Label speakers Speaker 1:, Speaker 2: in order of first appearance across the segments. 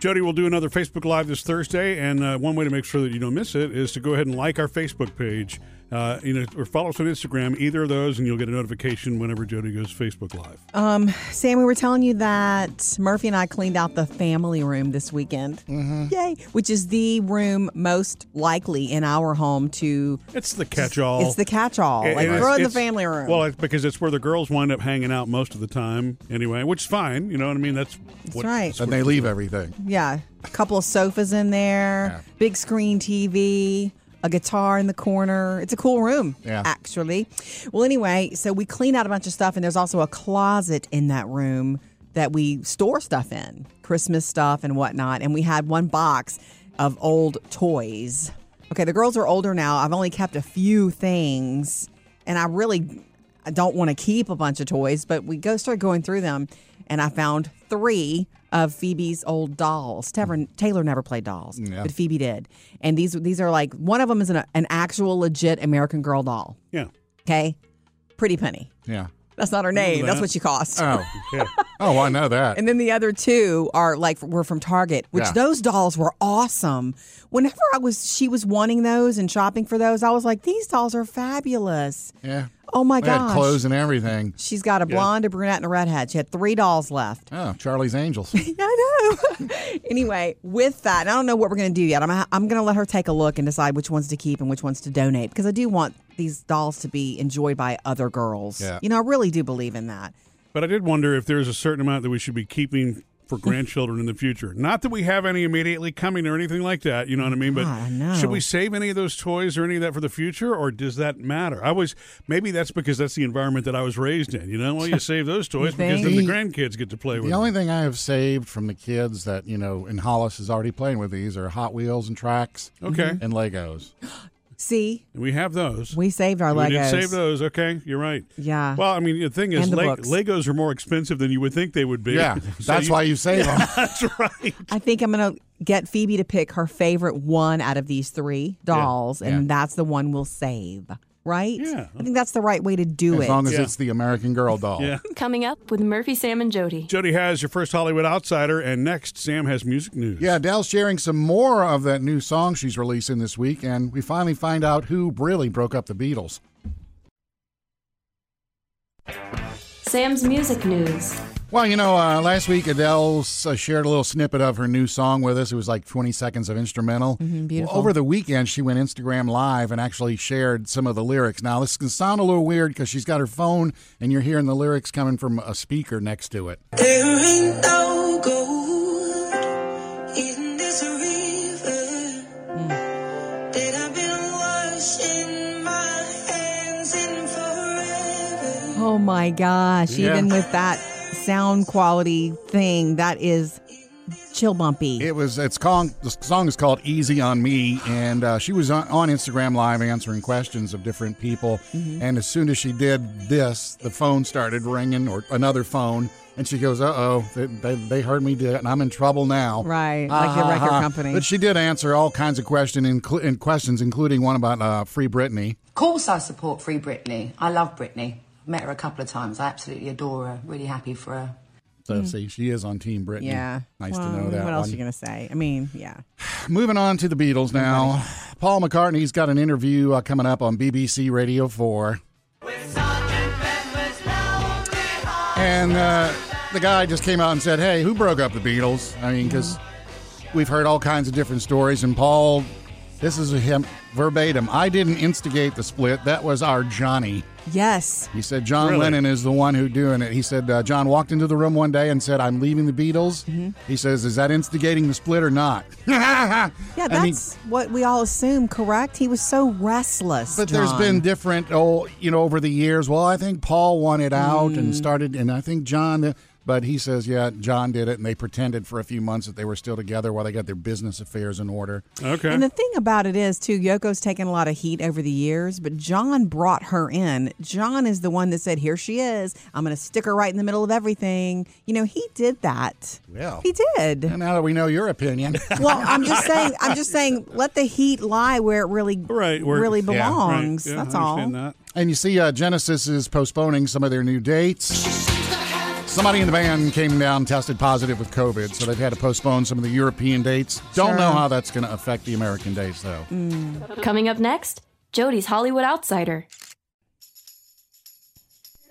Speaker 1: Jody will do another Facebook Live this Thursday, and uh, one way to make sure that you don't miss it is to go ahead and like our Facebook page, uh, you know, or follow us on Instagram. Either of those, and you'll get a notification whenever Jody goes Facebook Live.
Speaker 2: Um, Sam, we were telling you that Murphy and I cleaned out the family room this weekend.
Speaker 1: Mm-hmm.
Speaker 2: Yay! Which is the room most likely in our home to.
Speaker 1: It's the catch-all.
Speaker 2: It's the catch-all.
Speaker 1: And-
Speaker 2: Like
Speaker 1: and
Speaker 2: throw
Speaker 1: it's-
Speaker 2: in the
Speaker 1: it's-
Speaker 2: family room.
Speaker 1: Well, it's because it's where the girls wind up hanging out most of the time, anyway, which is fine. You know what I mean? That's what,
Speaker 2: right.
Speaker 1: that's
Speaker 3: And
Speaker 1: what-
Speaker 3: they leave everything.
Speaker 2: yeah, a couple of sofas in there,
Speaker 3: Yeah.
Speaker 2: big screen TV, a guitar in the corner. It's a cool room,
Speaker 3: Yeah.
Speaker 2: actually. Well, anyway, so we cleaned out a bunch of stuff, and there's also a closet in that room that we store stuff in, Christmas stuff and whatnot. And we had one box of old toys. Okay, the girls are older now. I've only kept a few things, and I really I don't want to keep a bunch of toys, but we go start going through them, and I found three of Phoebe's old dolls. Taylor, Taylor never played dolls, but Phoebe did, and these these are like one of them is an, an actual legit American Girl doll.
Speaker 1: Yeah.
Speaker 2: Okay, Pretty Penny.
Speaker 3: Yeah.
Speaker 2: That's not her name. That's
Speaker 1: that.
Speaker 2: what she cost.
Speaker 3: Oh.
Speaker 1: Yeah.
Speaker 3: Oh, I know that.
Speaker 2: And then the other two are like were from Target, which
Speaker 3: Yeah.
Speaker 2: those dolls were awesome. Whenever I was she was wanting those and shopping for those, I was like, these dolls are fabulous.
Speaker 3: Yeah.
Speaker 2: Oh my
Speaker 3: They had
Speaker 2: gosh.
Speaker 3: clothes and everything.
Speaker 2: She's got a blonde, a brunette, and a redhead. She had three dolls left.
Speaker 3: Oh, Charlie's Angels.
Speaker 2: Yeah, I know. anyway, with that, and I don't know what we're going to do yet. I'm, I'm going to let her take a look and decide which ones to keep and which ones to donate because I do want these dolls to be enjoyed by other girls.
Speaker 3: Yeah.
Speaker 2: You know, I really do believe in that.
Speaker 1: But I did wonder if there's a certain amount that we should be keeping for grandchildren in the future. Not that we have any immediately coming or anything like that, you know what I mean? But
Speaker 2: God, I know.
Speaker 1: should we save any of those toys or any of that for the future, or does that matter? I was maybe that's because that's the environment that I was raised in. You know, well, you save those toys because then the
Speaker 3: think?
Speaker 1: grandkids get to play with.
Speaker 3: The
Speaker 1: them.
Speaker 3: only thing I have saved from the kids that, you know, and Hollis is already playing with these are Hot Wheels and tracks
Speaker 1: Okay.
Speaker 3: and Legos.
Speaker 2: See,
Speaker 1: we have those.
Speaker 2: we saved our
Speaker 1: We
Speaker 2: Legos.
Speaker 1: did save those. Okay, you're right.
Speaker 2: Yeah.
Speaker 1: Well, I mean, the thing is,
Speaker 2: And the
Speaker 1: Le-
Speaker 2: books.
Speaker 1: Legos are more expensive than you would think they would be.
Speaker 3: Yeah.
Speaker 1: So
Speaker 3: That's
Speaker 1: you-
Speaker 3: why you save them.
Speaker 1: That's right.
Speaker 2: I think I'm going to get Phoebe to pick her favorite one out of these three dolls, and that's the one we'll save. Right?
Speaker 1: Yeah.
Speaker 2: I think that's the right way to do it.
Speaker 3: As long as
Speaker 1: Yeah.
Speaker 3: it's the American Girl
Speaker 2: Oh.
Speaker 3: doll.
Speaker 1: Yeah.
Speaker 4: Coming up with Murphy, Sam, and Jody.
Speaker 1: Jody has your first Hollywood outsider, and next, Sam has music news.
Speaker 3: Yeah, Adele's sharing some more of that new song she's releasing this week, and we finally find out who really broke up the Beatles.
Speaker 4: Sam's music news.
Speaker 3: Well, you know, uh, last week Adele s- uh, shared a little snippet of her new song with us. It was like 20 seconds of instrumental.
Speaker 2: beautiful.
Speaker 3: Well, over the weekend, she went Instagram Live and actually shared some of the lyrics. Now, this can sound a little weird because she's got her phone and you're hearing the lyrics coming from a speaker next to it.
Speaker 5: There ain't no gold in this river that I've been washing my hands in forever.
Speaker 2: Oh my gosh,
Speaker 3: Yeah.
Speaker 2: even with that sound quality thing, that is chill bumpy.
Speaker 3: It was it's called the song is called "Easy on Me," and uh, she was on, on Instagram Live answering questions of different people.
Speaker 2: Mm-hmm.
Speaker 3: And as soon as she did this, the phone started ringing, or another phone, and she goes, "Uh oh, they, they, they heard me do it, and I'm in trouble now."
Speaker 2: Right,
Speaker 3: Ha,
Speaker 2: like the
Speaker 3: ha,
Speaker 2: record
Speaker 3: ha.
Speaker 2: company.
Speaker 3: But she did answer all kinds of question, inclu- and questions, including one about uh, free Britney.
Speaker 6: Of course, I support Free Britney. I love Britney. Met her a couple of times. I absolutely adore her. Really happy for her.
Speaker 3: So see, she is on Team Britney.
Speaker 2: Mm. yeah.
Speaker 3: nice
Speaker 2: Well,
Speaker 3: to know that.
Speaker 2: What else
Speaker 3: one.
Speaker 2: you going to say? I mean, yeah.
Speaker 3: Moving on to the Beatles now. Paul McCartney's got an interview uh, coming up on BBC Radio 4. And uh, the guy just came out and said, Hey, who broke up the Beatles? I mean, because we've heard all kinds of different stories. And Paul, this is him verbatim. I didn't instigate the split. That was our Johnny.
Speaker 2: Yes.
Speaker 3: He said John
Speaker 1: Really?
Speaker 3: Lennon is the one who doing it. He said uh, John walked into the room one day and said, "I'm leaving the Beatles." He says, "Is that instigating the split or not?" yeah,
Speaker 2: Yeah, that's what we all assume, correct? He was so restless.
Speaker 3: But there's
Speaker 2: John.
Speaker 3: been different, oh, you know, over the years. Well, I think Paul wanted out and started, and I think John. uh, But he says, yeah, John did it, and they pretended for a few months that they were still together while they got their business affairs in order.
Speaker 1: Okay.
Speaker 2: And the thing about it is, too, Yoko's taken a lot of heat over the years, but John brought her in. John is the one that said, Here she is. I'm going to stick her right in the middle of everything. You know, he did that.
Speaker 3: Well.
Speaker 2: he did.
Speaker 3: And now that we know your opinion,
Speaker 2: Well, I'm just saying. I'm just saying. Let the heat lie where it really,
Speaker 1: Right, where-
Speaker 2: really
Speaker 1: Yeah. Right.
Speaker 2: belongs.
Speaker 1: Yeah,
Speaker 2: That's
Speaker 1: I
Speaker 2: all.
Speaker 1: understand that.
Speaker 3: and you see, uh, Genesis is postponing some of their new dates.
Speaker 5: She seems to have
Speaker 3: Somebody in the band came down tested positive with COVID, so they've had to postpone some of the European dates. Don't know how that's going to affect the American dates, though.
Speaker 2: Mm.
Speaker 4: Coming up next, Jody's Hollywood Outsider.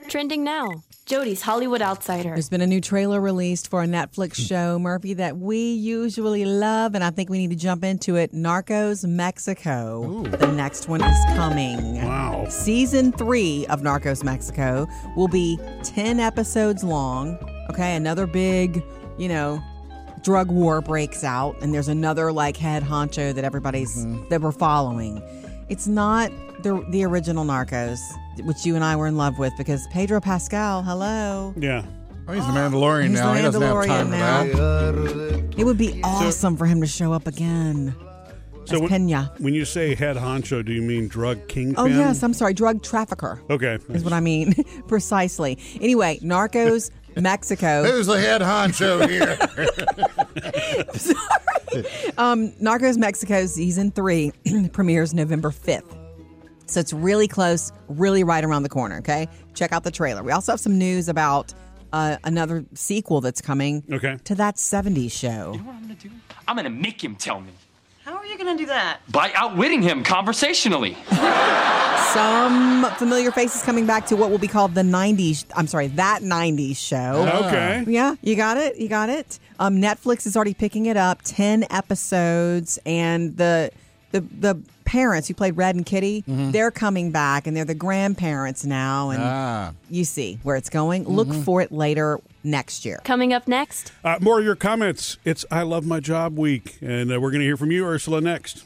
Speaker 4: Trending now, Jody's Hollywood Outsider.
Speaker 2: There's been a new trailer released for a Netflix show, Murphy, that we usually love, and I think we need to jump into it. Narcos Mexico. The next one is coming.
Speaker 1: Wow.
Speaker 2: Season three of Narcos Mexico will be 10 episodes long. Okay, another big, you know, drug war breaks out, and there's another like head honcho that everybody's that we're following. It's not the the original Narcos, which you and I were in love with, because Pedro Pascal, hello,
Speaker 1: Yeah.
Speaker 3: Oh, he's the Mandalorian
Speaker 2: He's
Speaker 3: now.
Speaker 2: the
Speaker 3: he doesn't have time
Speaker 2: Mandalorian
Speaker 3: for
Speaker 2: now.
Speaker 3: that.
Speaker 2: it would be awesome for him to show up again.
Speaker 1: So
Speaker 2: As
Speaker 1: when,
Speaker 2: Pena.
Speaker 1: when you say head honcho, do you mean drug kingpin?
Speaker 2: Oh yes, I'm sorry, drug trafficker
Speaker 1: okay.
Speaker 2: is what I mean precisely. Anyway, Narcos Mexico.
Speaker 3: Who's the head honcho here?
Speaker 2: Narcos Mexico season three premieres November 5th. So it's really close, really right around the corner, okay? Check out the trailer. We also have some news about uh, another sequel that's coming
Speaker 1: Okay.
Speaker 2: to that 70s show.
Speaker 7: what I'm gonna do? I'm gonna make him tell me
Speaker 8: How are you going to do that?
Speaker 7: by outwitting him conversationally.
Speaker 2: Some familiar faces coming back to what will be called the 90s, I'm sorry, that 90s show.
Speaker 1: Oh, Okay.
Speaker 2: Yeah, you got it. You got it. Um, Netflix is already picking it up. Ten episodes, and the the the parents who played Red and Kitty,
Speaker 3: Mm-hmm.
Speaker 2: they're coming back, and they're the grandparents now. And
Speaker 3: Ah.
Speaker 2: you see where it's going.
Speaker 3: Mm-hmm.
Speaker 2: Look for it later next year.
Speaker 4: Coming up next,
Speaker 2: Ah.
Speaker 1: Uh, more of your comments. It's I Love My Job Week, and uh, we're going to hear from you, Ursula, next.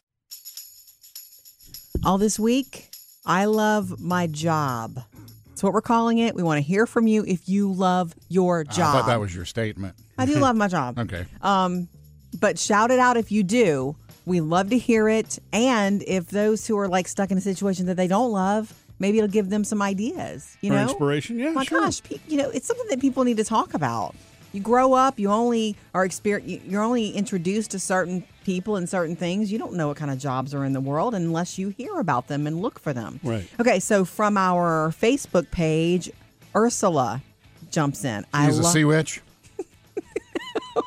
Speaker 2: All this week, I love my job. That's what we're calling it. We want to hear from you if you love your
Speaker 3: I
Speaker 2: job.
Speaker 3: thought that was your statement.
Speaker 2: I do love my job.
Speaker 3: Okay.
Speaker 2: Um, but shout it out if you do. We love to hear it. And if those who are like stuck in a situation that they don't love, maybe it'll give them some ideas, you
Speaker 1: For
Speaker 2: know?
Speaker 1: inspiration? Yeah,
Speaker 2: My
Speaker 1: sure.
Speaker 2: gosh, pe- you know, it's something that people need to talk about. You grow up, you only are experience, you're only introduced to certain people and certain things. You don't know what kind of jobs are in the world unless you hear about them and look for them.
Speaker 1: Right.
Speaker 2: Okay, so from our Facebook page, Ursula jumps in. I
Speaker 3: He's a
Speaker 2: love.
Speaker 3: sea witch.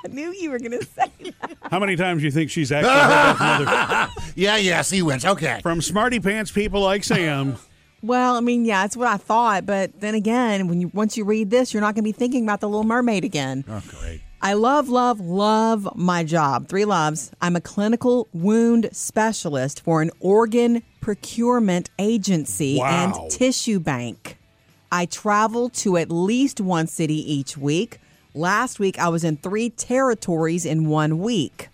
Speaker 2: I knew you were going to say that.
Speaker 1: How many times do you think she's actually heard that from, other-
Speaker 3: Yeah, yeah, sea witch. Okay.
Speaker 1: from smarty pants people like Sam?
Speaker 2: Well, I mean, yeah, it's what I thought, but then again, when you once you read this, you're not going to be thinking about the Little Mermaid again.
Speaker 3: Oh, great.
Speaker 2: I love, love, love my job. Three loves. I'm a clinical wound specialist for an organ procurement agency
Speaker 1: Wow.
Speaker 2: and tissue bank. I travel to at least one city each week. Last week, I was in three territories in one week.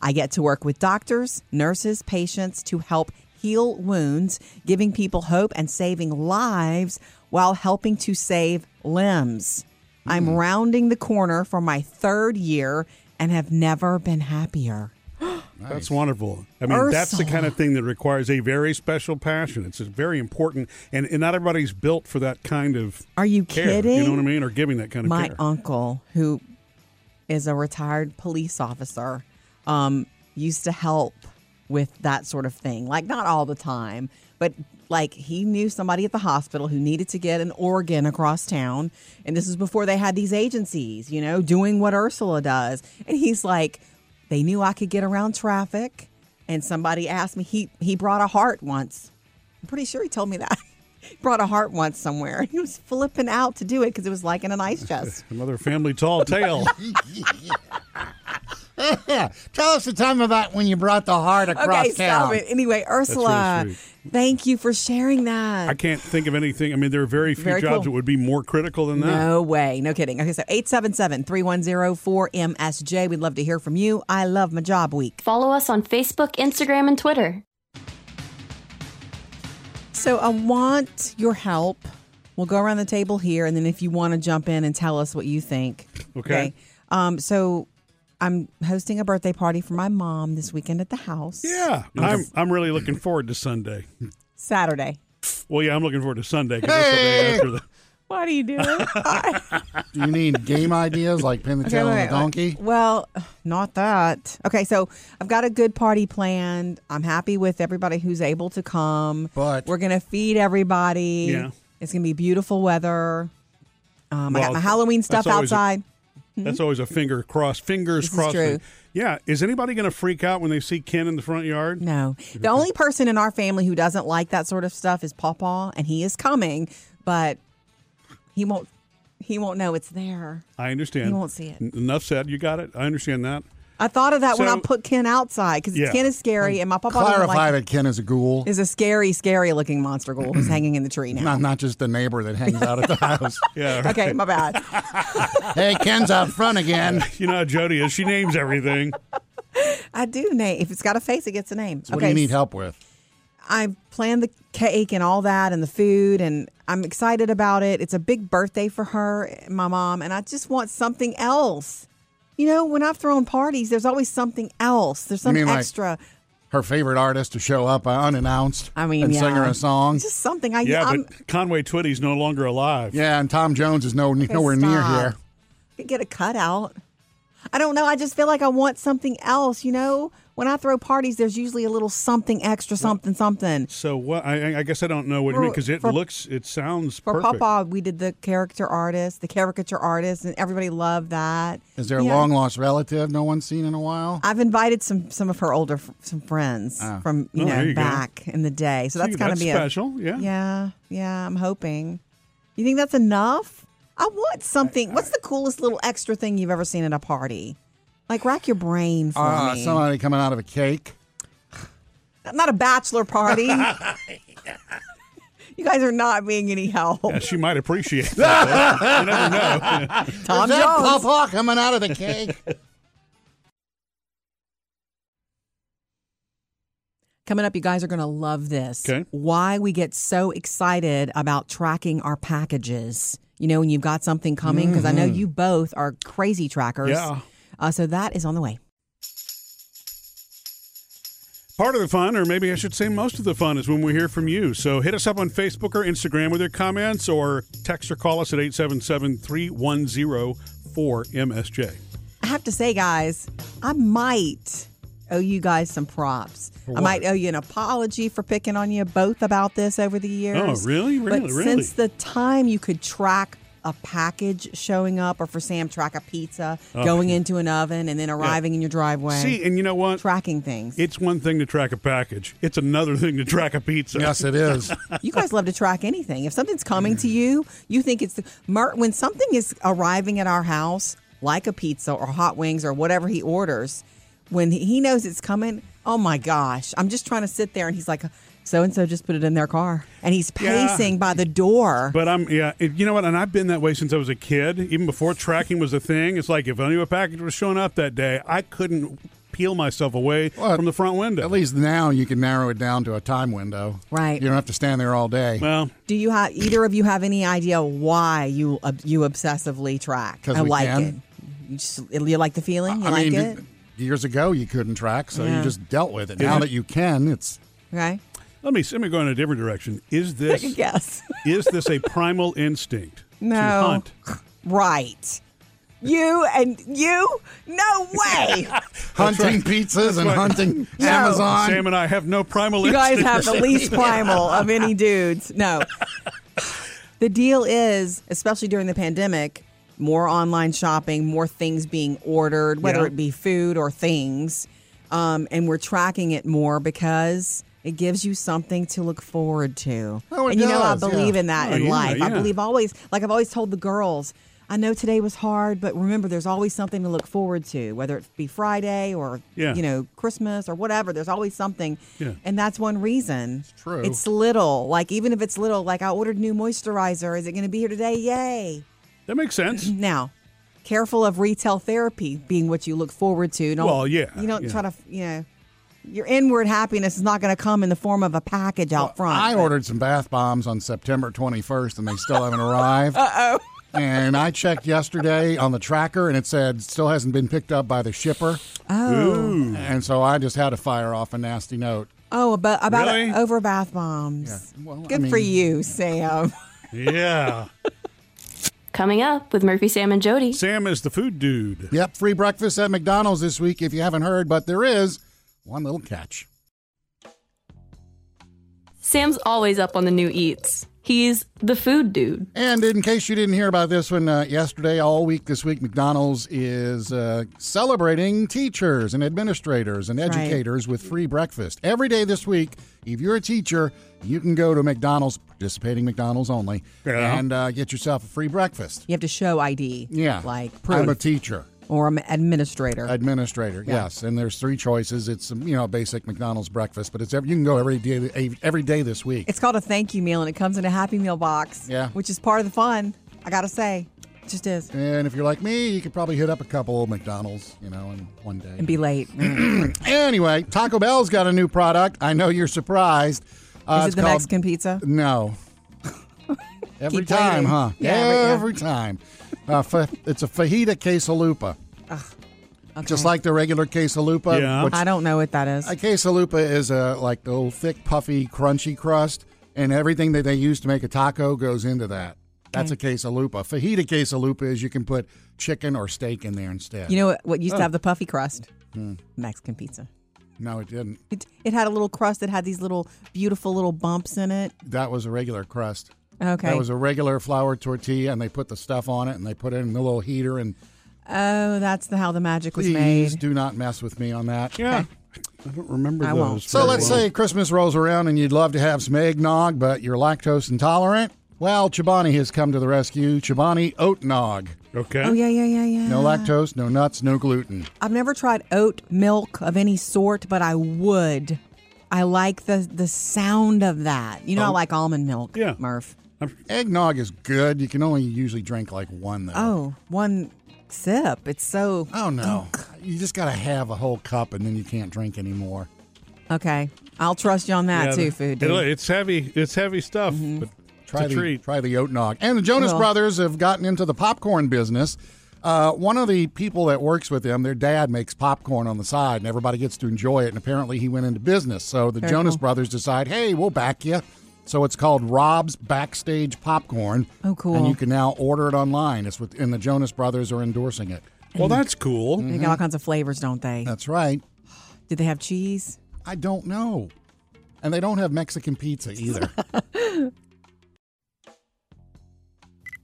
Speaker 2: I get to work with doctors, nurses, patients to help heal wounds, giving people hope and saving lives while helping to save limbs. I'm rounding the corner for my third year and have never been happier.
Speaker 1: That's wonderful. I mean, that's the kind of thing that requires a very special passion. It's very important, and, and not everybody's built for that kind of.
Speaker 2: Are you
Speaker 1: care,
Speaker 2: kidding?
Speaker 1: You know what I mean? Or giving that kind of
Speaker 2: my
Speaker 1: care.
Speaker 2: uncle who is a retired police officer um, used to help with that sort of thing like not all the time but like he knew somebody at the hospital who needed to get an organ across town and this is before they had these agencies you know doing what ursula does and he's like they knew i could get around traffic and somebody asked me he he brought a heart once I'm pretty sure he told me that. He brought a heart once somewhere. He was flipping out to do it because it was like in an ice chest.
Speaker 1: Another family tall tale.
Speaker 3: Tell us the time about when you brought the heart across
Speaker 2: okay,
Speaker 3: town.
Speaker 2: stop it. Anyway, Ursula,
Speaker 1: really
Speaker 2: thank you for sharing that.
Speaker 1: I can't think of anything. I mean, there are very few
Speaker 2: Very
Speaker 1: jobs
Speaker 2: cool.
Speaker 1: that would be more critical than that.
Speaker 2: No way. No kidding. Okay, so 877 3104 MSJ. We'd love to hear from you. I love my job week.
Speaker 4: follow us on Facebook, Instagram, and Twitter.
Speaker 2: So I want your help. We'll go around the table here, and then if you want to jump in and tell us what you think.
Speaker 1: Okay.
Speaker 2: Um, so I'm hosting a birthday party for my mom this weekend at the house.
Speaker 1: Yeah, I'm, I'm really looking forward to Sunday.
Speaker 2: Saturday.
Speaker 1: Well, yeah, I'm looking forward to Sunday. 'cause that's the day
Speaker 3: Hey!
Speaker 1: after the-
Speaker 2: What are you doing?
Speaker 3: Do you need game ideas like pin the tail on
Speaker 2: wait,
Speaker 3: a donkey?
Speaker 2: Well, not that. Okay, so I've got a good party planned. I'm happy with everybody who's able to come.
Speaker 3: But-
Speaker 2: we're gonna feed everybody.
Speaker 1: Yeah.
Speaker 2: It's gonna be beautiful weather. Um, I
Speaker 1: Well,
Speaker 2: got my Halloween
Speaker 1: that's
Speaker 2: stuff
Speaker 1: always a-
Speaker 2: outside.
Speaker 1: That's always a finger cross, fingers
Speaker 2: Hmm? This is
Speaker 1: crossed.
Speaker 2: true.
Speaker 1: thing. Yeah. Is anybody going to freak out when they see Ken in the front yard?
Speaker 2: No. The only person in our family who doesn't like that sort of stuff is Pawpaw, and he is coming, but he won't he won't know it's there.
Speaker 1: I understand.
Speaker 2: You won't see it.
Speaker 1: N- enough said. You got it. I understand that.
Speaker 2: I thought of that when I
Speaker 1: So-
Speaker 2: put Ken outside because
Speaker 1: Yeah.
Speaker 2: Ken is scary, and my Pawpaw doesn't
Speaker 3: Clarify
Speaker 2: like
Speaker 3: that Ken is a ghoul,
Speaker 2: is a scary, scary looking monster ghoul who's hanging in the tree now.
Speaker 3: not, not just the neighbor that hangs out at the house.
Speaker 1: Yeah. right.
Speaker 2: Okay, my bad.
Speaker 3: hey, Ken's out front again.
Speaker 1: You know how Jody is. She names everything.
Speaker 2: I do name. If it's got a face, it gets a name.
Speaker 3: What
Speaker 2: okay,
Speaker 3: do you need help with?
Speaker 2: I planned the cake and all that and the food and I'm excited about it. It's a big birthday for her, my mom, and I just want something else. You know, when I've thrown parties, there's always something else. There's
Speaker 3: You
Speaker 2: something
Speaker 3: mean like-
Speaker 2: extra.
Speaker 3: Her favorite artist to show up uh, unannounced
Speaker 2: I mean,
Speaker 3: and
Speaker 2: yeah.
Speaker 3: sing her a song.
Speaker 2: Just something. I,
Speaker 1: Yeah,
Speaker 2: I'm,
Speaker 1: but Conway Twitty's no longer alive.
Speaker 3: Yeah, and Tom Jones is no,
Speaker 2: Okay,
Speaker 3: nowhere near
Speaker 2: stop.
Speaker 3: here.
Speaker 2: Could get a cutout. I don't know. I just feel like I want something else. You know, when I throw parties, there's usually a little something extra, something, something.
Speaker 1: So what? I, I- I guess I don't know what you
Speaker 2: For-
Speaker 1: mean because it
Speaker 2: for-
Speaker 1: looks, it sounds
Speaker 2: For
Speaker 1: perfect.
Speaker 2: Papa, we did the character artist, the caricature artist, and everybody loved that.
Speaker 3: Is there a
Speaker 2: Yeah.
Speaker 3: long lost relative no one's seen in a while?
Speaker 2: I've invited some some of her older f- some friends from you
Speaker 1: Oh,
Speaker 2: know
Speaker 1: there you go.
Speaker 2: back in the day, so that's
Speaker 1: See,
Speaker 2: gonna
Speaker 1: that's
Speaker 2: be a-
Speaker 1: special. yeah.
Speaker 2: yeah, yeah. I'm hoping. You think that's enough? I want something. What's the coolest little extra thing you've ever seen at a party? Like rack your brain for
Speaker 1: Ah,
Speaker 3: Uh,
Speaker 2: me.
Speaker 3: somebody coming out of a cake.
Speaker 2: Not a bachelor party. you guys are not being any help.
Speaker 1: Yeah, she might appreciate that. though. you never know.
Speaker 2: Tom
Speaker 3: Is that
Speaker 2: Jones.
Speaker 3: Pawpaw coming out of the cake?
Speaker 2: Coming up, you guys are going to love this.
Speaker 1: Okay.
Speaker 2: Why we get so excited about tracking our packages. You know, when you've got something coming, because I know you both are crazy trackers.
Speaker 1: Mm-hmm. Yeah.
Speaker 2: Uh, so that is on the way.
Speaker 1: Part of the fun, or maybe I should say most of the fun, is when we hear from you. So hit us up on Facebook or Instagram with your comments, or text or call us at 877 310 4MSJ.
Speaker 2: I have to say, guys, I might owe you guys some props. I might owe you an apology for picking on you both about this over the years.
Speaker 1: Oh, really?
Speaker 2: but
Speaker 1: Really? Really?
Speaker 2: since the time you could track a package showing up, or for Sam, track a pizza going into an oven and then arriving in your driveway,
Speaker 1: Oh, See, and you know what?
Speaker 2: tracking things.
Speaker 1: It's one thing to track a package, it's another thing to track a pizza.
Speaker 3: yes, it is.
Speaker 2: You guys love to track anything. If something's coming to you, you think it's the Mert, when something is arriving at our house, like a pizza or hot wings or whatever he orders, when he knows it's coming, oh my gosh, I'm just trying to sit there and he's like, so and so just put it in their car. And he's
Speaker 1: Yeah.
Speaker 2: pacing by the door.
Speaker 1: But I'm, yeah, it- you know what? And I've been that way since I was a kid, even before tracking was a thing. It's like if I knew a package was showing up that day, I couldn't peel myself away
Speaker 3: Well,
Speaker 1: from the front window.
Speaker 3: At least now you can narrow it down to a time window.
Speaker 2: Right.
Speaker 3: You don't have to stand there all day.
Speaker 1: well,
Speaker 2: Do you have either of you have any idea why you you obsessively track?
Speaker 3: 'Cause
Speaker 2: I
Speaker 3: we
Speaker 2: like
Speaker 3: can.
Speaker 2: it. You just you like the feeling. Oh, You
Speaker 3: I
Speaker 2: like
Speaker 3: mean,
Speaker 2: it.
Speaker 3: years ago you couldn't track, so
Speaker 2: Yeah.
Speaker 3: you just dealt with it.
Speaker 1: Yeah.
Speaker 3: Now that you can, it's
Speaker 2: Okay.
Speaker 1: let me, let me go in a different direction. Is this.
Speaker 2: Yes.
Speaker 1: is this a primal instinct
Speaker 2: No.
Speaker 1: to hunt?
Speaker 2: Right. You and you? No way.
Speaker 3: hunting pizzas and hunting Amazon.
Speaker 1: Sam and I have no primal
Speaker 2: you guys
Speaker 1: instinct.
Speaker 2: have the least primal of any dudes. No. The deal is, especially during the pandemic, more online shopping, more things being ordered, whether
Speaker 1: Yeah.
Speaker 2: it be food or things. Um, and we're tracking it more because it gives you something to look forward to.
Speaker 3: Oh, it
Speaker 2: and you know, I
Speaker 3: does,
Speaker 2: believe
Speaker 3: yeah.
Speaker 2: in that
Speaker 1: Oh,
Speaker 2: in
Speaker 1: yeah,
Speaker 2: life. I
Speaker 1: yeah.
Speaker 2: believe always, like I've always told the girls, I know today was hard, but remember, there's always something to look forward to, whether it be Friday or,
Speaker 1: Yeah.
Speaker 2: you know, Christmas or whatever. There's always something.
Speaker 1: Yeah.
Speaker 2: And that's one reason. It's
Speaker 3: true.
Speaker 2: It's little. Like, even if it's little, like I ordered new moisturizer. Is it going to be here today? Yay.
Speaker 1: that makes sense.
Speaker 2: Now, careful of retail therapy being what you look forward to. Don't,
Speaker 1: Well, yeah,
Speaker 2: You don't
Speaker 1: yeah.
Speaker 2: try to, you know, your inward happiness is not going to come in the form of a package out front.
Speaker 3: I ordered some bath bombs on September 21st, and they still haven't arrived. Uh oh. And I checked yesterday on the tracker, and it said still hasn't been picked up by the shipper.
Speaker 2: Oh,
Speaker 1: Ooh.
Speaker 3: And so I just had to fire off a nasty note.
Speaker 2: oh, about, about
Speaker 1: Really?
Speaker 2: over bath bombs.
Speaker 3: Yeah. Well, I
Speaker 2: Good for
Speaker 3: mean-
Speaker 2: you, Sam.
Speaker 1: Yeah.
Speaker 4: Coming up with Murphy, Sam, and Jody.
Speaker 1: Sam is the food dude.
Speaker 3: Yep, free breakfast at McDonald's this week if you haven't heard, but there is one little catch.
Speaker 4: Sam's always up on the new eats. He's the food dude.
Speaker 3: And in case you didn't hear about this one uh, yesterday, all week this week, McDonald's is uh, celebrating teachers and administrators and educators with free breakfast. Every day this week, if you're a teacher, you can go to McDonald's, participating McDonald's only,
Speaker 1: Yeah.
Speaker 3: and uh, get yourself a free breakfast.
Speaker 2: You have to show ID.
Speaker 3: Yeah.
Speaker 2: Like
Speaker 3: I'm
Speaker 2: proof
Speaker 3: a teacher.
Speaker 2: or an administrator.
Speaker 3: Administrator, yes, and there's three choices. It's um, you know basic McDonald's breakfast, but it's ev- you can go every day every day this week.
Speaker 2: it's called a thank you meal and it comes in a Happy Meal box.
Speaker 3: Yeah.
Speaker 2: Which is part of the fun. I got to say. It just is.
Speaker 3: And if you're like me, you could probably hit up a couple McDonald's, you know, in one day.
Speaker 2: And be late.
Speaker 3: Mm. Uh, Anyway, Taco Bell's got a new product. I know you're surprised. Uh,
Speaker 2: is
Speaker 3: it's
Speaker 2: it the
Speaker 3: called-
Speaker 2: Mexican pizza?
Speaker 3: No. every
Speaker 2: Keep
Speaker 3: time,
Speaker 2: waiting.
Speaker 3: huh?
Speaker 2: Yeah, every- yeah.
Speaker 3: every time. Uh, fa- it's a fajita quesalupa. Just like the regular quesalupa.
Speaker 1: Yeah.
Speaker 3: which-
Speaker 2: I don't know what that is.
Speaker 3: a quesalupa is a like the little thick, puffy, crunchy crust, and everything that they use to make a taco goes into that. That's a quesalupa. Fajita quesalupa is you can put chicken or steak in there instead.
Speaker 2: you know what, what
Speaker 3: Oh.
Speaker 2: used to have the puffy crust?
Speaker 3: Hmm.
Speaker 2: Mexican pizza.
Speaker 3: no, it didn't.
Speaker 2: It, it had a little crust that had these little beautiful little bumps in it.
Speaker 3: That was a regular crust.
Speaker 2: Okay.
Speaker 3: That was a regular flour tortilla, and they put the stuff on it, and they put it in the little heater. And
Speaker 2: oh, that's the, how the magic was
Speaker 3: please
Speaker 2: made.
Speaker 3: do not mess with me on that.
Speaker 1: Yeah. I don't remember
Speaker 2: I
Speaker 1: those.
Speaker 2: won't.
Speaker 3: So
Speaker 1: very
Speaker 3: let's
Speaker 1: well.
Speaker 3: say Christmas rolls around, and you'd love to have some eggnog, but you're lactose intolerant. Well, Chobani has come to the rescue. Chobani Oatnog.
Speaker 1: Okay.
Speaker 2: Oh yeah, yeah, yeah, yeah.
Speaker 3: No lactose, no nuts, no gluten.
Speaker 2: I've never tried oat milk of any sort, but I would. I like the the sound of that. You know, I
Speaker 3: Oh.
Speaker 2: like almond milk.
Speaker 1: Yeah.
Speaker 2: Murph.
Speaker 3: Eggnog is good. You can only usually drink like one, though.
Speaker 2: Oh, one sip. It's so
Speaker 3: Oh, no. You just got to have a whole cup, and then you can't drink anymore.
Speaker 2: okay. I'll trust you on that
Speaker 1: Yeah,
Speaker 2: too,
Speaker 1: the-
Speaker 2: food.
Speaker 1: it-
Speaker 2: Dude. Mm-hmm.
Speaker 1: it's heavy. It's heavy stuff. But
Speaker 3: Try
Speaker 1: it's
Speaker 3: the
Speaker 1: a treat.
Speaker 3: try the oat nog. And the Jonas
Speaker 2: Well-
Speaker 3: Brothers have gotten into the popcorn business. Uh, one of the people that works with them, their dad makes popcorn on the side, and everybody gets to enjoy it. And apparently, he went into business. So the Jonas Brothers decide, hey, we'll back you. So it's called Rob's Backstage Popcorn.
Speaker 2: Oh, cool.
Speaker 3: And you can now order it online. It's with, and the Jonas Brothers are endorsing it.
Speaker 1: Well, that's cool.
Speaker 3: Mm-hmm.
Speaker 2: They got all kinds of flavors, don't they?
Speaker 3: That's right.
Speaker 2: Did they have cheese?
Speaker 3: I don't know. And they don't have Mexican pizza either.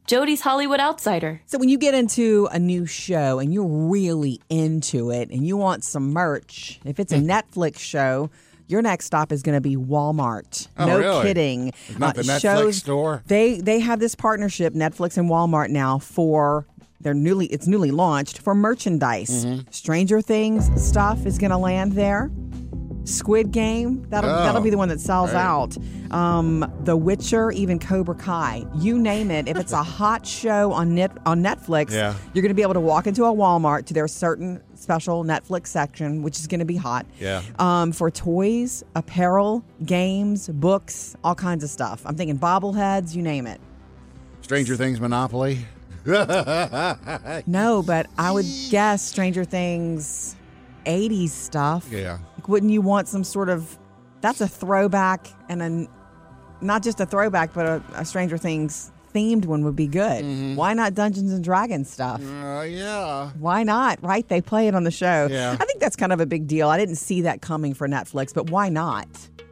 Speaker 4: Jody's Hollywood Outsider.
Speaker 2: So when you get into a new show and you're really into it and you want some merch, if it's a
Speaker 3: Hmm.
Speaker 2: Netflix show, your next stop is going to be Walmart.
Speaker 3: Oh,
Speaker 2: no
Speaker 3: really?
Speaker 2: kidding. Uh,
Speaker 3: It's not the Netflix store?
Speaker 2: They they have this partnership Netflix and Walmart now for their newly it's newly launched for merchandise.
Speaker 3: Mm-hmm.
Speaker 2: Stranger Things stuff is going to land there. Squid Game. That'll
Speaker 3: Oh,
Speaker 2: that'll be the one that sells
Speaker 3: right.
Speaker 2: out. Um, the Witcher, even Cobra Kai. You name it. If it's a hot show on net on Netflix,
Speaker 3: Yeah.
Speaker 2: you're going to be able to walk into a Walmart to their certain special Netflix section, which is going to be hot.
Speaker 3: Yeah.
Speaker 2: Um, for toys, apparel, games, books, all kinds of stuff. I'm thinking bobbleheads. You name it.
Speaker 3: Stranger Things Monopoly.
Speaker 2: No, but I would guess Stranger Things, 80s stuff.
Speaker 3: Yeah.
Speaker 2: Like, wouldn't you want some sort of that's a throwback and a not just a throwback but a, a stranger things themed one would be good
Speaker 3: Mm-hmm.
Speaker 2: why not dungeons and dragons stuff
Speaker 3: Uh, yeah.
Speaker 2: why not right they play it on the show
Speaker 3: Yeah.
Speaker 2: i think that's kind of a big deal i didn't see that coming for netflix but why not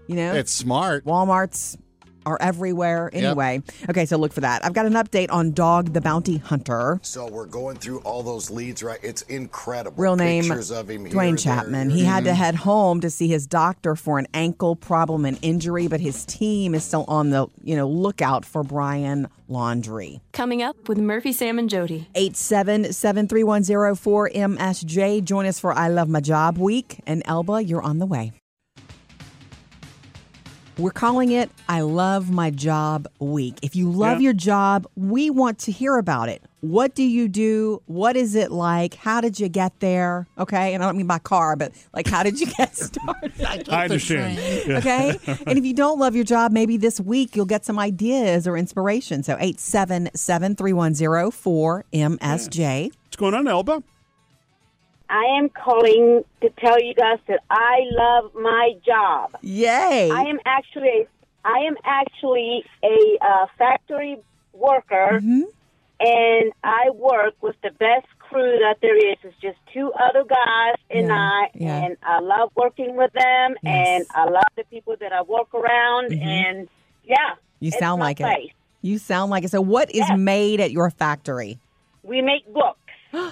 Speaker 2: you know
Speaker 3: It's smart.
Speaker 2: walmarts are everywhere anyway okay so look for that i've got an update on dog the bounty hunter
Speaker 8: So we're going through all those leads, right? It's incredible.
Speaker 2: real name
Speaker 8: Pictures of him here,
Speaker 2: Dwayne
Speaker 8: there,
Speaker 2: Chapman.
Speaker 8: here.
Speaker 2: He had to head home to see his doctor for an ankle problem and injury, but his team is still on the you know lookout for Brian Laundry.
Speaker 4: Coming up with Murphy, Sam, and Jody.
Speaker 2: 877-310-4MSJ. Join us for I Love My Job Week. And Elba, you're on the way. We're calling it I Love My Job Week. If you love
Speaker 1: Yeah.
Speaker 2: your job, we want to hear about it. What do you do? What is it like? How did you get there? Okay. And I don't mean by car, but like, how did you get started?
Speaker 1: I understand. Yeah.
Speaker 2: Okay. and if you don't love your job, maybe this week you'll get some ideas or inspiration. So 877 310 4MSJ.
Speaker 1: What's going on, Elba?
Speaker 9: I am calling to tell you guys that I love my job.
Speaker 2: Yay.
Speaker 9: I am actually I am actually a uh, factory worker,
Speaker 3: Mm-hmm.
Speaker 9: and I work with the best crew that there is. It's just two other guys and
Speaker 2: Yeah,
Speaker 9: I,
Speaker 2: yeah.
Speaker 9: and I love working with them,
Speaker 2: Yes.
Speaker 3: Mm-hmm.
Speaker 9: and I love the people that I work around, and yeah,
Speaker 2: You
Speaker 9: It's
Speaker 2: sound
Speaker 9: my
Speaker 2: like it.
Speaker 9: face.
Speaker 2: You sound like it. So, what is
Speaker 9: Yes.
Speaker 2: made at your factory?
Speaker 9: We make books.
Speaker 1: Hmm.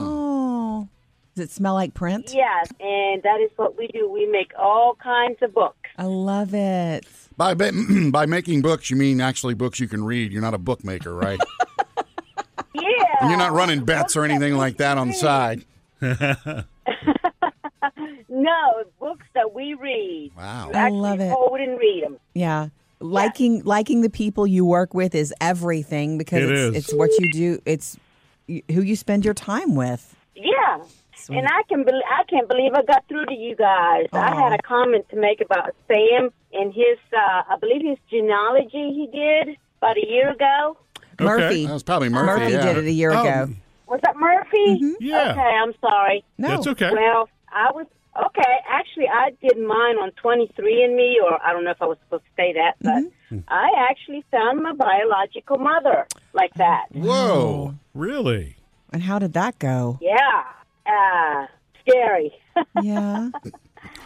Speaker 2: Oh, does it smell like print?
Speaker 9: Yes, and that is what we do. We make all kinds of books.
Speaker 2: I love it.
Speaker 3: By ba- by making books, you mean actually books you can read. You're not a bookmaker, right?
Speaker 9: Yeah.
Speaker 3: And you're not running bets or anything like that on the side.
Speaker 9: No, books that we read.
Speaker 3: Wow.
Speaker 9: You
Speaker 2: I
Speaker 9: actually
Speaker 2: love it.
Speaker 9: Hold and read them.
Speaker 2: Yeah. Liking liking the people you work with is everything because
Speaker 1: It
Speaker 2: it's,
Speaker 1: is.
Speaker 2: it's what you do. It's y- who you spend your time with.
Speaker 9: Yeah. And I can bel I can't believe I got through to you guys. I had a comment to make about Sam and his uh, I believe his genealogy he did about a year ago.
Speaker 1: Okay.
Speaker 2: Murphy.
Speaker 3: That was probably Murphy.
Speaker 2: Murphy
Speaker 3: yeah.
Speaker 2: did it a year
Speaker 1: Oh.
Speaker 2: ago.
Speaker 9: Was that Murphy?
Speaker 1: Yeah.
Speaker 9: Okay, I'm sorry.
Speaker 2: Mm-hmm. No.
Speaker 1: That's okay.
Speaker 9: Well, I was okay. Actually, I did mine on 23andMe, or I don't know if I was supposed to say that, but
Speaker 2: Mm-hmm.
Speaker 9: I actually found my biological mother like that.
Speaker 3: Whoa.
Speaker 1: Really?
Speaker 2: And how did that go?
Speaker 9: Yeah, uh, scary.
Speaker 2: Yeah.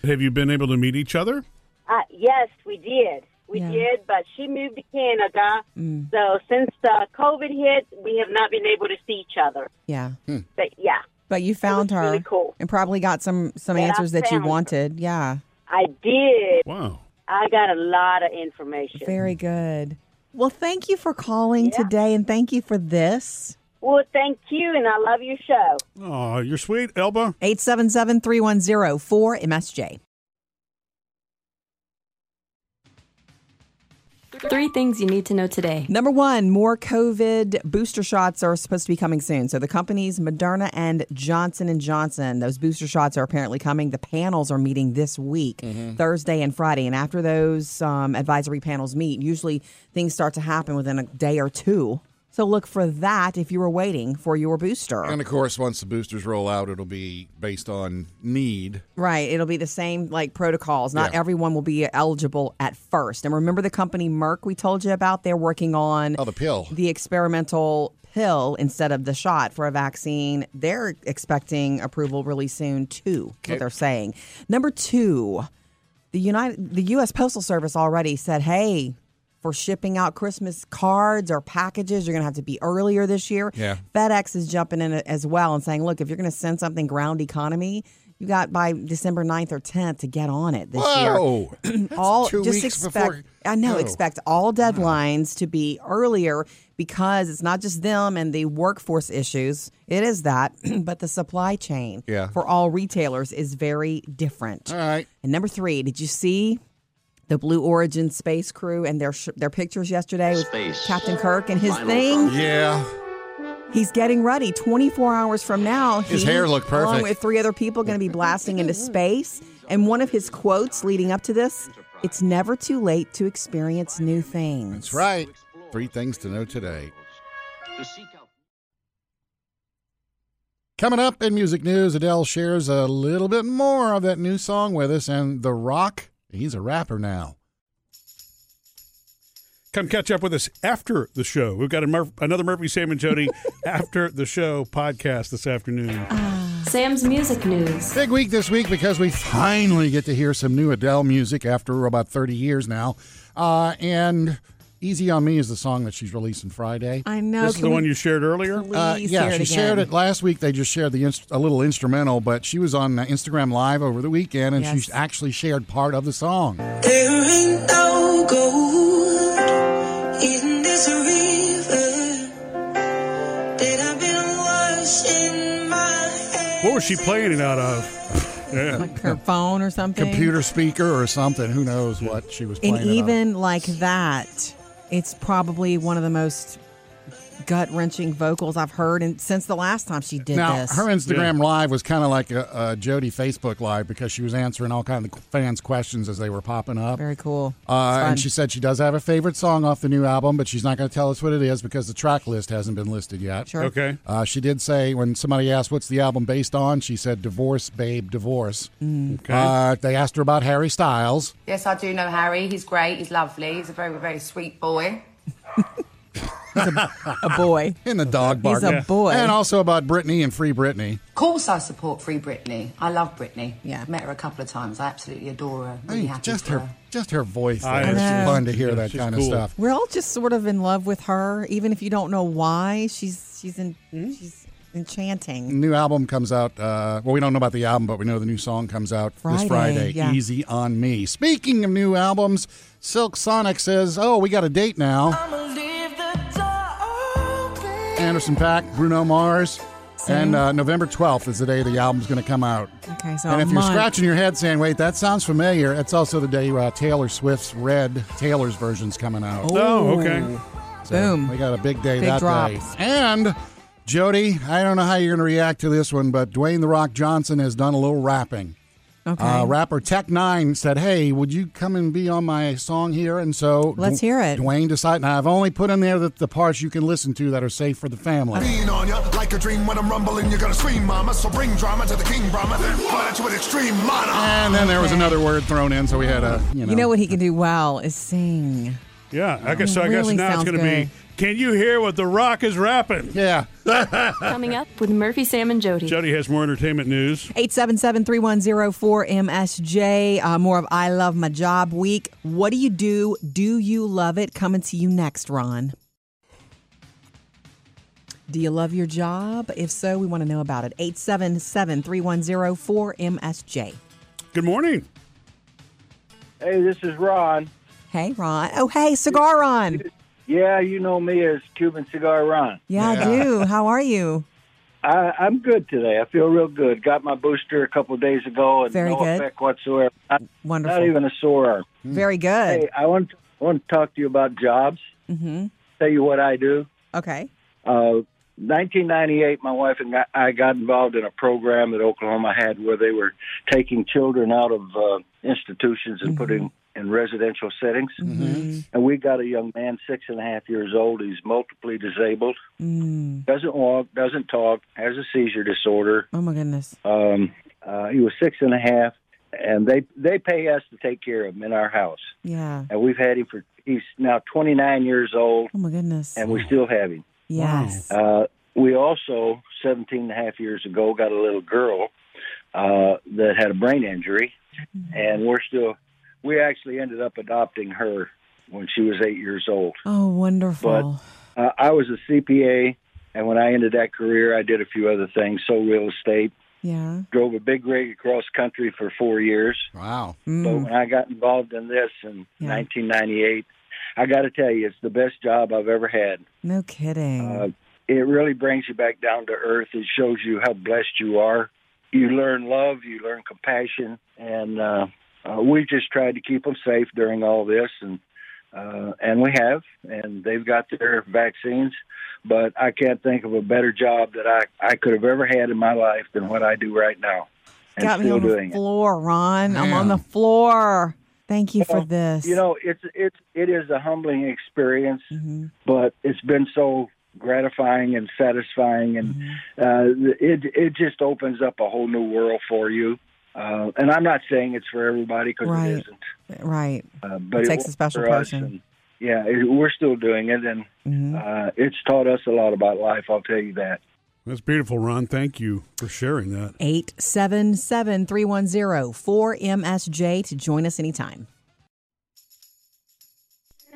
Speaker 1: Have you been able to meet each other?
Speaker 9: Uh, yes, we did. We
Speaker 2: Yeah.
Speaker 9: did, but she moved to Canada. So since uh, COVID hit, we have not been able to see each other.
Speaker 2: Yeah.
Speaker 9: But yeah,
Speaker 2: But you found her
Speaker 9: really cool.
Speaker 2: and probably got some some
Speaker 9: Yeah, I
Speaker 2: answers that you
Speaker 9: found her.
Speaker 2: wanted. Yeah.
Speaker 9: I did.
Speaker 1: Wow.
Speaker 9: I got a lot of information.
Speaker 2: Very good. Well, thank you for calling today and thank you for this.
Speaker 9: Well, thank you, and I love your show.
Speaker 1: Oh, you're sweet, Elba.
Speaker 2: 877-310-4MSJ.
Speaker 4: Three things you need to know today.
Speaker 2: Number one, more COVID booster shots are supposed to be coming soon. So the companies Moderna and Johnson and Johnson, those booster shots are apparently coming. The panels are meeting this week,
Speaker 3: Mm-hmm.
Speaker 2: Thursday and Friday, and after those um, advisory panels meet, usually things start to happen within a day or two. So look for that if you were waiting for your booster.
Speaker 3: And of course, once the boosters roll out, it'll be based on need.
Speaker 2: Right, it'll be the same like protocols. Not
Speaker 3: Yeah.
Speaker 2: everyone will be eligible at first. And remember the company Merck we told you about, they're working on
Speaker 3: Oh, the pill.
Speaker 2: the experimental pill instead of the shot for a vaccine. They're expecting approval really soon too. What they're saying. Number two, the United, the U.S. Postal Service already said, "Hey, for shipping out Christmas cards or packages, you're going to have to be earlier this year."
Speaker 3: Yeah.
Speaker 2: FedEx is jumping in as well and saying, "Look, if you're going to send something ground economy." You got by December 9th or 10th to get on it this year
Speaker 3: Whoa.
Speaker 2: all
Speaker 3: two
Speaker 2: just
Speaker 3: weeks
Speaker 2: expect
Speaker 3: before- Oh.
Speaker 2: I know
Speaker 3: No.
Speaker 2: expect all deadlines to be earlier because it's not just them and the workforce issues it is that but the supply chain
Speaker 3: Yeah.
Speaker 2: for all retailers is very different
Speaker 3: All right.
Speaker 2: and number 3 did you see the Blue Origin space crew and their sh- their pictures yesterday with Captain Kirk and his thing
Speaker 3: Yeah.
Speaker 2: He's getting ready. 24 hours from now,
Speaker 3: His
Speaker 2: he,
Speaker 3: hair looked perfect.
Speaker 2: Along with three other people, going to be blasting into space. And one of his quotes leading up to this: "It's never too late to experience new things."
Speaker 3: That's right. Three things to know today. Coming up in music news, Adele shares a little bit more of that new song with us, and The Rock, he's a rapper now.
Speaker 1: Come catch up with us after the show. We've got a Murph- another Murphy, Sam, and Jody after the show podcast this afternoon.
Speaker 4: Sam's music news.
Speaker 3: Big week this week because we finally get to hear some new Adele music after about 30 years now. Uh, and Easy on Me is the song that she's releasing Friday.
Speaker 2: I know.
Speaker 1: this is the one you shared earlier.
Speaker 2: Please
Speaker 3: uh, yeah,
Speaker 2: hear
Speaker 3: she
Speaker 2: it
Speaker 3: shared
Speaker 2: again.
Speaker 3: it last week. They just shared the inst- a little instrumental, but she was on uh, Instagram Live over the weekend, and
Speaker 2: Yes.
Speaker 3: she actually shared part of the song.
Speaker 5: There ain't no gold in this river that I've been washing my hands.
Speaker 1: What was she playing it out of? Yeah.
Speaker 2: Like her phone or something.
Speaker 3: Computer speaker or something. Who knows what she was playing?
Speaker 2: And
Speaker 3: it on.
Speaker 2: even like that, it's probably one of the most gut wrenching vocals I've heard, and since the last time she did
Speaker 3: now,
Speaker 2: this.
Speaker 3: her Instagram Live was kind of like a, a Jody Facebook Live because she was answering all kind of fans' questions as they were popping up.
Speaker 2: very cool. It's
Speaker 3: Uh,
Speaker 2: fun.
Speaker 3: and she said she does have a favorite song off the new album, but she's not going to tell us what it is because the track list hasn't been listed yet.
Speaker 2: Sure.
Speaker 1: Okay.
Speaker 3: Uh, she did say when somebody asked what's the album based on, she said "Divorce, Babe, Divorce."
Speaker 2: Mm-hmm.
Speaker 1: Okay.
Speaker 3: Uh, they asked her about Harry Styles.
Speaker 6: Yes, I do know Harry. He's great. He's lovely. He's a very, very sweet boy.
Speaker 2: He's a, a boy.
Speaker 3: in the dog
Speaker 2: He's
Speaker 3: bark.
Speaker 2: a boy.
Speaker 3: And also about Britney and Free Britney.
Speaker 6: Of course, I support Free Britney. I love Britney.
Speaker 2: Yeah.
Speaker 6: Met her a couple of times. I absolutely adore her.
Speaker 3: I
Speaker 6: Really
Speaker 3: mean,
Speaker 6: happy
Speaker 3: just
Speaker 6: for
Speaker 3: her, just her voice.
Speaker 1: I
Speaker 3: there. It's
Speaker 2: know.
Speaker 3: fun to hear
Speaker 1: Yeah,
Speaker 3: that
Speaker 1: she's
Speaker 3: kind
Speaker 1: cool.
Speaker 3: of stuff.
Speaker 2: We're all just sort of in love with her, even if you don't know why. She's she's in,
Speaker 3: Hmm?
Speaker 2: she's enchanting.
Speaker 3: New album comes out. Uh, well, we don't know about the album, but we know the new song comes out
Speaker 2: Friday,
Speaker 3: this Friday.
Speaker 2: yeah.
Speaker 3: Easy on me. Speaking of new albums, Silk Sonic says, "Oh, we got a date now." Anderson Pack, Bruno Mars, and uh, November twelfth is the day the album's going to come out.
Speaker 2: Okay, so
Speaker 3: and
Speaker 2: a
Speaker 3: if you're
Speaker 2: month.
Speaker 3: scratching your head saying, "Wait, that sounds familiar," it's also the day uh, Taylor Swift's Red Taylor's version's coming out.
Speaker 1: Oh, okay.
Speaker 2: Boom.
Speaker 3: uh, We got a big day
Speaker 2: Big
Speaker 3: that day.
Speaker 2: drops.
Speaker 3: And Jody, I don't know how you're going to react to this one, but Dwayne the Rock Johnson has done a little rapping.
Speaker 2: Okay.
Speaker 3: Uh, rapper Tech Nine said, "Hey, would you come and be on my song here?" And so
Speaker 2: Let's hear it.
Speaker 3: Dwayne decided. Now I've only put in there the, the parts you can listen to that are safe for the family.
Speaker 10: Lean on ya like a dream when I'm rumbling. You're gonna scream, mama. So bring drama to the king, Brahma. But it's with extreme mana.
Speaker 3: And then there was another word thrown in, so we had a you know.
Speaker 2: you know what he can do well is sing.
Speaker 1: Yeah, I guess so. I
Speaker 2: Really
Speaker 1: guess now it's
Speaker 2: sounds
Speaker 1: going to be.
Speaker 2: good.
Speaker 1: Can you hear what The Rock is rapping?
Speaker 3: Yeah,
Speaker 4: Coming up with Murphy, Sam, and Jody.
Speaker 1: Jody has more entertainment news.
Speaker 2: 877-3104-MSJ. Uh, more of I Love My Job Week. What do you do? Do you love it? Coming to you next, Ron. Do you love your job? If so, we want to know about it. 877-3104-MSJ.
Speaker 1: Good morning.
Speaker 10: Hey, this is Ron.
Speaker 2: Hey, Ron. Oh, hey, Cigar Ron.
Speaker 10: Yeah, you know me as Cuban Cigar Ron.
Speaker 2: Yeah, I do. How are you?
Speaker 10: I, I'm good today. I feel real good. Got my booster a couple of days ago, and
Speaker 2: Very
Speaker 10: no
Speaker 2: good.
Speaker 10: effect whatsoever. Not,
Speaker 2: Wonderful.
Speaker 10: not even a sore arm.
Speaker 2: Very good.
Speaker 10: Hey, I want I want to talk to you about jobs. Mm-hmm. Tell you what I do.
Speaker 2: Okay.
Speaker 10: Uh, 1998, my wife and I got involved in a program that Oklahoma had where they were taking children out of uh, institutions and putting in residential settings. And we got a young man, six and a half years old. He's multiply disabled, doesn't walk, doesn't talk, has a seizure disorder.
Speaker 2: Oh, my goodness.
Speaker 10: Um, uh, he was six and a half, and they they pay us to take care of him in our house.
Speaker 2: Yeah.
Speaker 10: And we've had him for he's now 29 years old,
Speaker 2: Oh, my goodness.
Speaker 10: and we still have him.
Speaker 2: Yes.
Speaker 10: Uh, we also, 17 and a half years ago, got a little girl uh, that had a brain injury, and we're still, we actually ended up adopting her when she was eight years old.
Speaker 2: Oh, wonderful.
Speaker 10: Uh, I was a CPA, and when I ended that career, I did a few other things, sold real estate,
Speaker 2: yeah.
Speaker 10: drove a big rig across country for four years.
Speaker 3: wow.
Speaker 10: But when I got involved in this in
Speaker 2: Yeah.
Speaker 10: 1998, I got to tell you, it's the best job I've ever had.
Speaker 2: No kidding.
Speaker 10: Uh, it really brings you back down to earth. It shows you how blessed you are. You learn love, you learn compassion, and uh, uh, we just tried to keep them safe during all this, and uh, and we have, and they've got their vaccines. But I can't think of a better job that I I could have ever had in my life than what I do right now, and
Speaker 2: Got me
Speaker 10: still
Speaker 2: on the
Speaker 10: doing it.
Speaker 2: floor, Ron. I'm on the
Speaker 3: Man.
Speaker 2: floor. Thank you for
Speaker 10: Well,
Speaker 2: this.
Speaker 10: You know, it's it's it is a humbling experience,
Speaker 2: Mhm.
Speaker 10: but it's been so gratifying and satisfying, and
Speaker 2: Mm-hmm.
Speaker 10: uh, it it just opens up a whole new world for you. Uh, and I'm not saying it's for everybody because
Speaker 2: Right.
Speaker 10: it isn't,
Speaker 2: right.
Speaker 10: uh, but
Speaker 2: It
Speaker 10: it,
Speaker 2: takes a
Speaker 10: was
Speaker 2: special
Speaker 10: for us,
Speaker 2: person. Mm-hmm.
Speaker 10: and, yeah, it, we're still doing it, and uh, it's taught us a lot about life. I'll tell you that.
Speaker 1: That's beautiful, Ron. Thank you for sharing that.
Speaker 2: 877 310 4MSJ to join us anytime.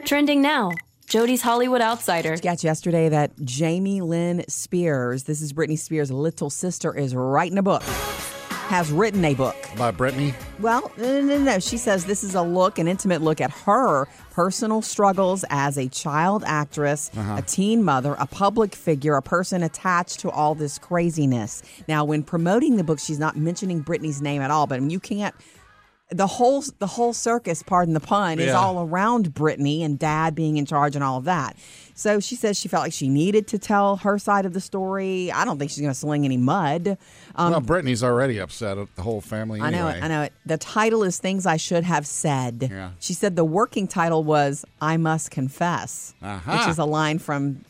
Speaker 4: Trending now. Jody's Hollywood Outsider.
Speaker 2: Got yesterday that Jamie Lynn Spears, this is Britney Spears' little sister, is writing a book, has written a book.
Speaker 3: By Britney.
Speaker 2: Well, no, no, no, no. She says this is a look, an intimate look at her personal struggles as a child actress, a teen mother, a public figure, a person attached to all this craziness. Now, when promoting the book, she's not mentioning Britney's name at all, but I mean, you can't. The whole the whole circus, pardon the pun, is
Speaker 3: Yeah.
Speaker 2: all around Britney and Dad being in charge and all of that. So she says she felt like she needed to tell her side of the story. I don't think she's going to sling any mud. Um,
Speaker 3: well, Britney's already upset at the whole family.
Speaker 2: I know
Speaker 3: anyway.
Speaker 2: it. I know it. The title is Things I Should Have Said.
Speaker 3: Yeah.
Speaker 2: She said the working title was I Must Confess,
Speaker 3: Aha.
Speaker 2: which is a line from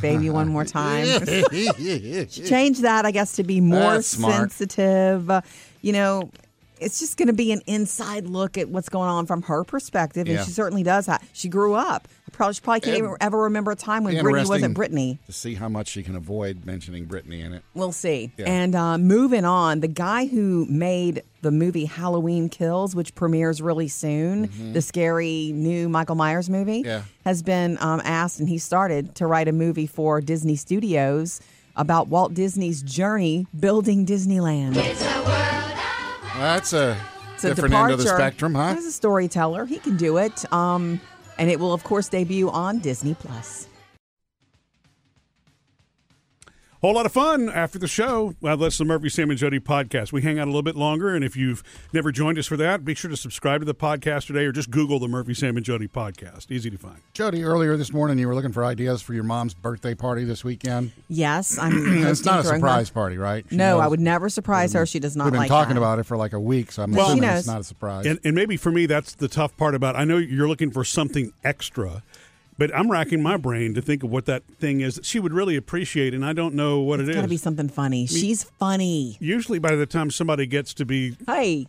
Speaker 2: Baby One More Time.
Speaker 3: know.
Speaker 2: Change that, I guess, to be more
Speaker 3: That's smart.
Speaker 2: sensitive. Uh, You know, it's just going to be an inside look at what's going on from her perspective. And
Speaker 3: Yeah.
Speaker 2: she certainly does. Have, she grew up. probably, she probably can't
Speaker 3: And-
Speaker 2: even ever remember a time when
Speaker 3: Be
Speaker 2: Brittany
Speaker 3: interesting
Speaker 2: wasn't Brittany.
Speaker 3: To see how much she can avoid mentioning Brittany in it.
Speaker 2: We'll see.
Speaker 3: Yeah.
Speaker 2: And uh, moving on, the guy who made the movie Halloween Kills, which premieres really soon,
Speaker 3: Mhm.
Speaker 2: the scary new Michael Myers movie,
Speaker 3: Yeah.
Speaker 2: has been um, asked and he started to write a movie for Disney Studios about Walt Disney's journey building Disneyland.
Speaker 3: That's a
Speaker 2: It's a
Speaker 3: different end of the
Speaker 2: departure.
Speaker 3: spectrum, huh?
Speaker 2: He's a storyteller. He can do it. Um, and it will, of course, debut on Disney Plus.
Speaker 1: Whole lot of fun after the show. Well, that's the Murphy, Sam, and Jody podcast. We hang out a little bit longer, and if you've never joined us for that, be sure to subscribe to the podcast today or just Google the Murphy, Sam, and Jody podcast. Easy to find.
Speaker 3: Jody, earlier this morning you were looking for ideas for your mom's birthday party this weekend.
Speaker 2: Yes, I'm.
Speaker 3: it's
Speaker 2: hosting
Speaker 3: not a
Speaker 2: throwing
Speaker 3: surprise
Speaker 2: her-
Speaker 3: party, right? She
Speaker 2: No,
Speaker 3: knows-
Speaker 2: I would never surprise her. She does not
Speaker 3: We've been
Speaker 2: like
Speaker 3: talking
Speaker 2: that.
Speaker 3: about it for like a week, so I'm
Speaker 2: Well, she
Speaker 3: assuming
Speaker 2: knows.
Speaker 3: it's not a surprise.
Speaker 1: And, and maybe for me, that's the tough part about. I know you're looking for something extra, but I'm racking my brain to think of what that thing is that she would really appreciate, and I don't know what
Speaker 2: It's
Speaker 1: it
Speaker 2: got to
Speaker 1: is.
Speaker 2: be something funny. She's funny.
Speaker 1: Usually, by the time somebody gets to be,
Speaker 2: Hey,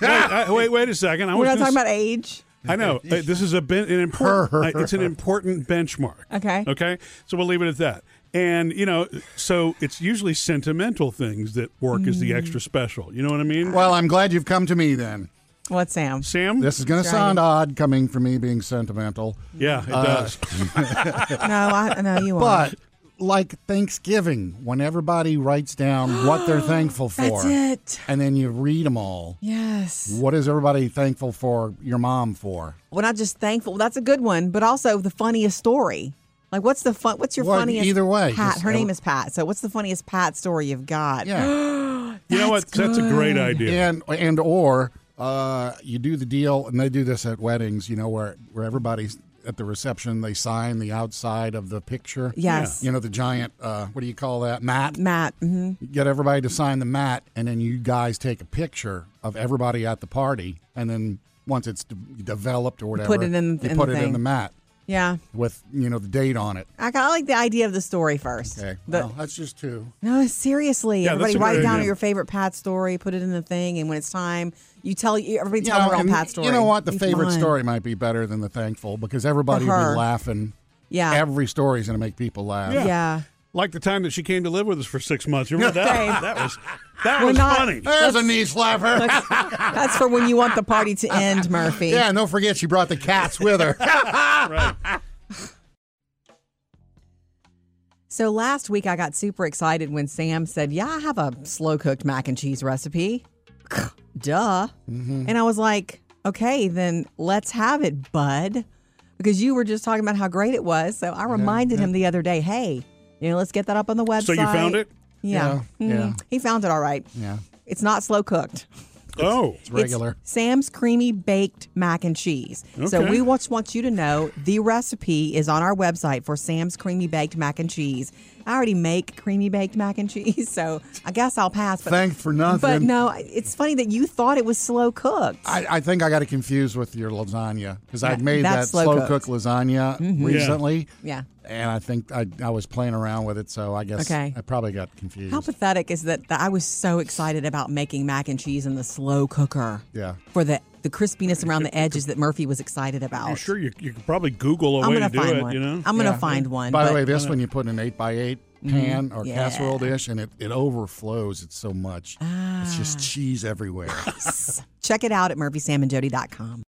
Speaker 1: wait, I- wait, wait a second, I
Speaker 2: we're
Speaker 1: was
Speaker 2: not
Speaker 1: gonna
Speaker 2: talking about
Speaker 1: s-
Speaker 2: age.
Speaker 1: I know Uh, this is a ben- an important. uh, it's an important benchmark.
Speaker 2: Okay.
Speaker 1: Okay. So we'll leave it at that. And you know, so it's usually sentimental things that work as the
Speaker 2: Mm.
Speaker 1: extra special. You know what I mean?
Speaker 3: well, I'm glad you've come to me then.
Speaker 2: What, Sam?
Speaker 1: Sam.
Speaker 3: This is going to
Speaker 2: Trying.
Speaker 3: sound odd coming from me being sentimental.
Speaker 1: yeah, it
Speaker 3: Uh,
Speaker 1: does.
Speaker 2: no, I, no, you
Speaker 3: But
Speaker 2: aren't.
Speaker 3: like Thanksgiving, when everybody writes down what they're thankful for,
Speaker 2: That's it.
Speaker 3: and then you read them all,
Speaker 2: Yes.
Speaker 3: what is everybody thankful for your mom for?
Speaker 2: Well, not just thankful. That's a good one, but also the funniest story. Like, what's the fun? What's your
Speaker 3: Well,
Speaker 2: funniest?
Speaker 3: either way,
Speaker 2: Pat.
Speaker 3: just-
Speaker 2: Her name is Pat. So, what's the funniest Pat story you've got?
Speaker 3: Yeah.
Speaker 1: you know what? That's a great
Speaker 2: good.
Speaker 1: idea.
Speaker 3: and and or uh, you do the deal, and they do this at weddings, you know, where where everybody's at the reception, they sign the outside of the picture.
Speaker 2: Yes.
Speaker 3: You know, the giant, uh, what do you call that? Mat.
Speaker 2: Matt. hmm
Speaker 3: Get everybody to sign the mat, and then you guys take a picture of everybody at the party, and then once it's de- developed or whatever,
Speaker 2: put it in-
Speaker 3: you
Speaker 2: in
Speaker 3: put
Speaker 2: the
Speaker 3: it in
Speaker 2: thing.
Speaker 3: the mat
Speaker 2: Yeah.
Speaker 3: with you know the date on it.
Speaker 2: I, I like the idea of the story first.
Speaker 3: Okay,
Speaker 2: The-
Speaker 3: well, that's just two.
Speaker 2: No, seriously.
Speaker 1: Yeah, that's
Speaker 2: everybody
Speaker 1: a
Speaker 2: write
Speaker 1: great
Speaker 2: down
Speaker 1: idea.
Speaker 2: your favorite Pat story, put it in the thing, and when it's time, you tell everybody tell
Speaker 3: Yeah,
Speaker 2: their own
Speaker 3: and
Speaker 2: Pat story.
Speaker 3: You know what? The
Speaker 2: Be
Speaker 3: favorite
Speaker 2: fun.
Speaker 3: story might be better than the thankful because everybody
Speaker 2: For
Speaker 3: will
Speaker 2: her.
Speaker 3: be laughing.
Speaker 2: Yeah.
Speaker 3: Every story is going to make people laugh.
Speaker 1: Yeah.
Speaker 2: yeah.
Speaker 1: Like the time that she came to live with us for six months. You remember that?
Speaker 2: Dave.
Speaker 1: that was that
Speaker 2: We're
Speaker 1: was
Speaker 2: not-
Speaker 1: funny.
Speaker 3: There's a knee slapper.
Speaker 2: That's for when you want the party to end, Murphy.
Speaker 3: Yeah, and don't forget she brought the cats with her.
Speaker 2: So last week I got super excited when Sam said, "Yeah, I have a slow cooked mac and cheese recipe." Duh.
Speaker 3: Mm-hmm.
Speaker 2: And I was like, "Okay, then let's have it, bud." Because you were just talking about how great it was, so I reminded him the other day, "Hey, you know, let's get that up on the website."
Speaker 1: So you found it?
Speaker 2: Yeah.
Speaker 3: Yeah, yeah.
Speaker 2: Mhm. He found it all right.
Speaker 3: yeah,
Speaker 2: It's not slow cooked.
Speaker 1: Oh,
Speaker 3: it's regular.
Speaker 2: It's Sam's creamy baked mac and cheese. So
Speaker 1: Okay.
Speaker 2: we just want you to know the recipe is on our website for Sam's creamy baked mac and cheese. I already make creamy baked mac and cheese, so I guess I'll pass. But,
Speaker 3: Thanks for nothing.
Speaker 2: But no, it's funny that you thought it was slow cooked.
Speaker 3: I, I think I got it confused with your lasagna because I'd made that
Speaker 2: that's slow Mm-hmm.
Speaker 3: slow cooked lasagna recently.
Speaker 2: Yeah.
Speaker 3: And I think I, I was playing around with it, so I guess
Speaker 2: Okay.
Speaker 3: I probably got confused.
Speaker 2: How pathetic is that, that I was so excited about making mac and cheese in the slow cooker
Speaker 3: Yeah.
Speaker 2: for the, the crispiness around the edges that Murphy was excited about.
Speaker 1: I'm sure you, you could probably Google a
Speaker 2: I'm
Speaker 1: way
Speaker 2: gonna
Speaker 1: to do
Speaker 2: find
Speaker 1: it.
Speaker 2: one.
Speaker 1: You know,
Speaker 2: I'm gonna
Speaker 3: Yeah.
Speaker 2: find one.
Speaker 3: By
Speaker 2: but- Mm-hmm.
Speaker 3: the way, this one you put in an eight by eight pan or
Speaker 2: Yeah.
Speaker 3: casserole dish, and it, it overflows. It's
Speaker 2: Ah.
Speaker 3: so much. It's just cheese everywhere.
Speaker 2: Check it out at murphysamandjody.com.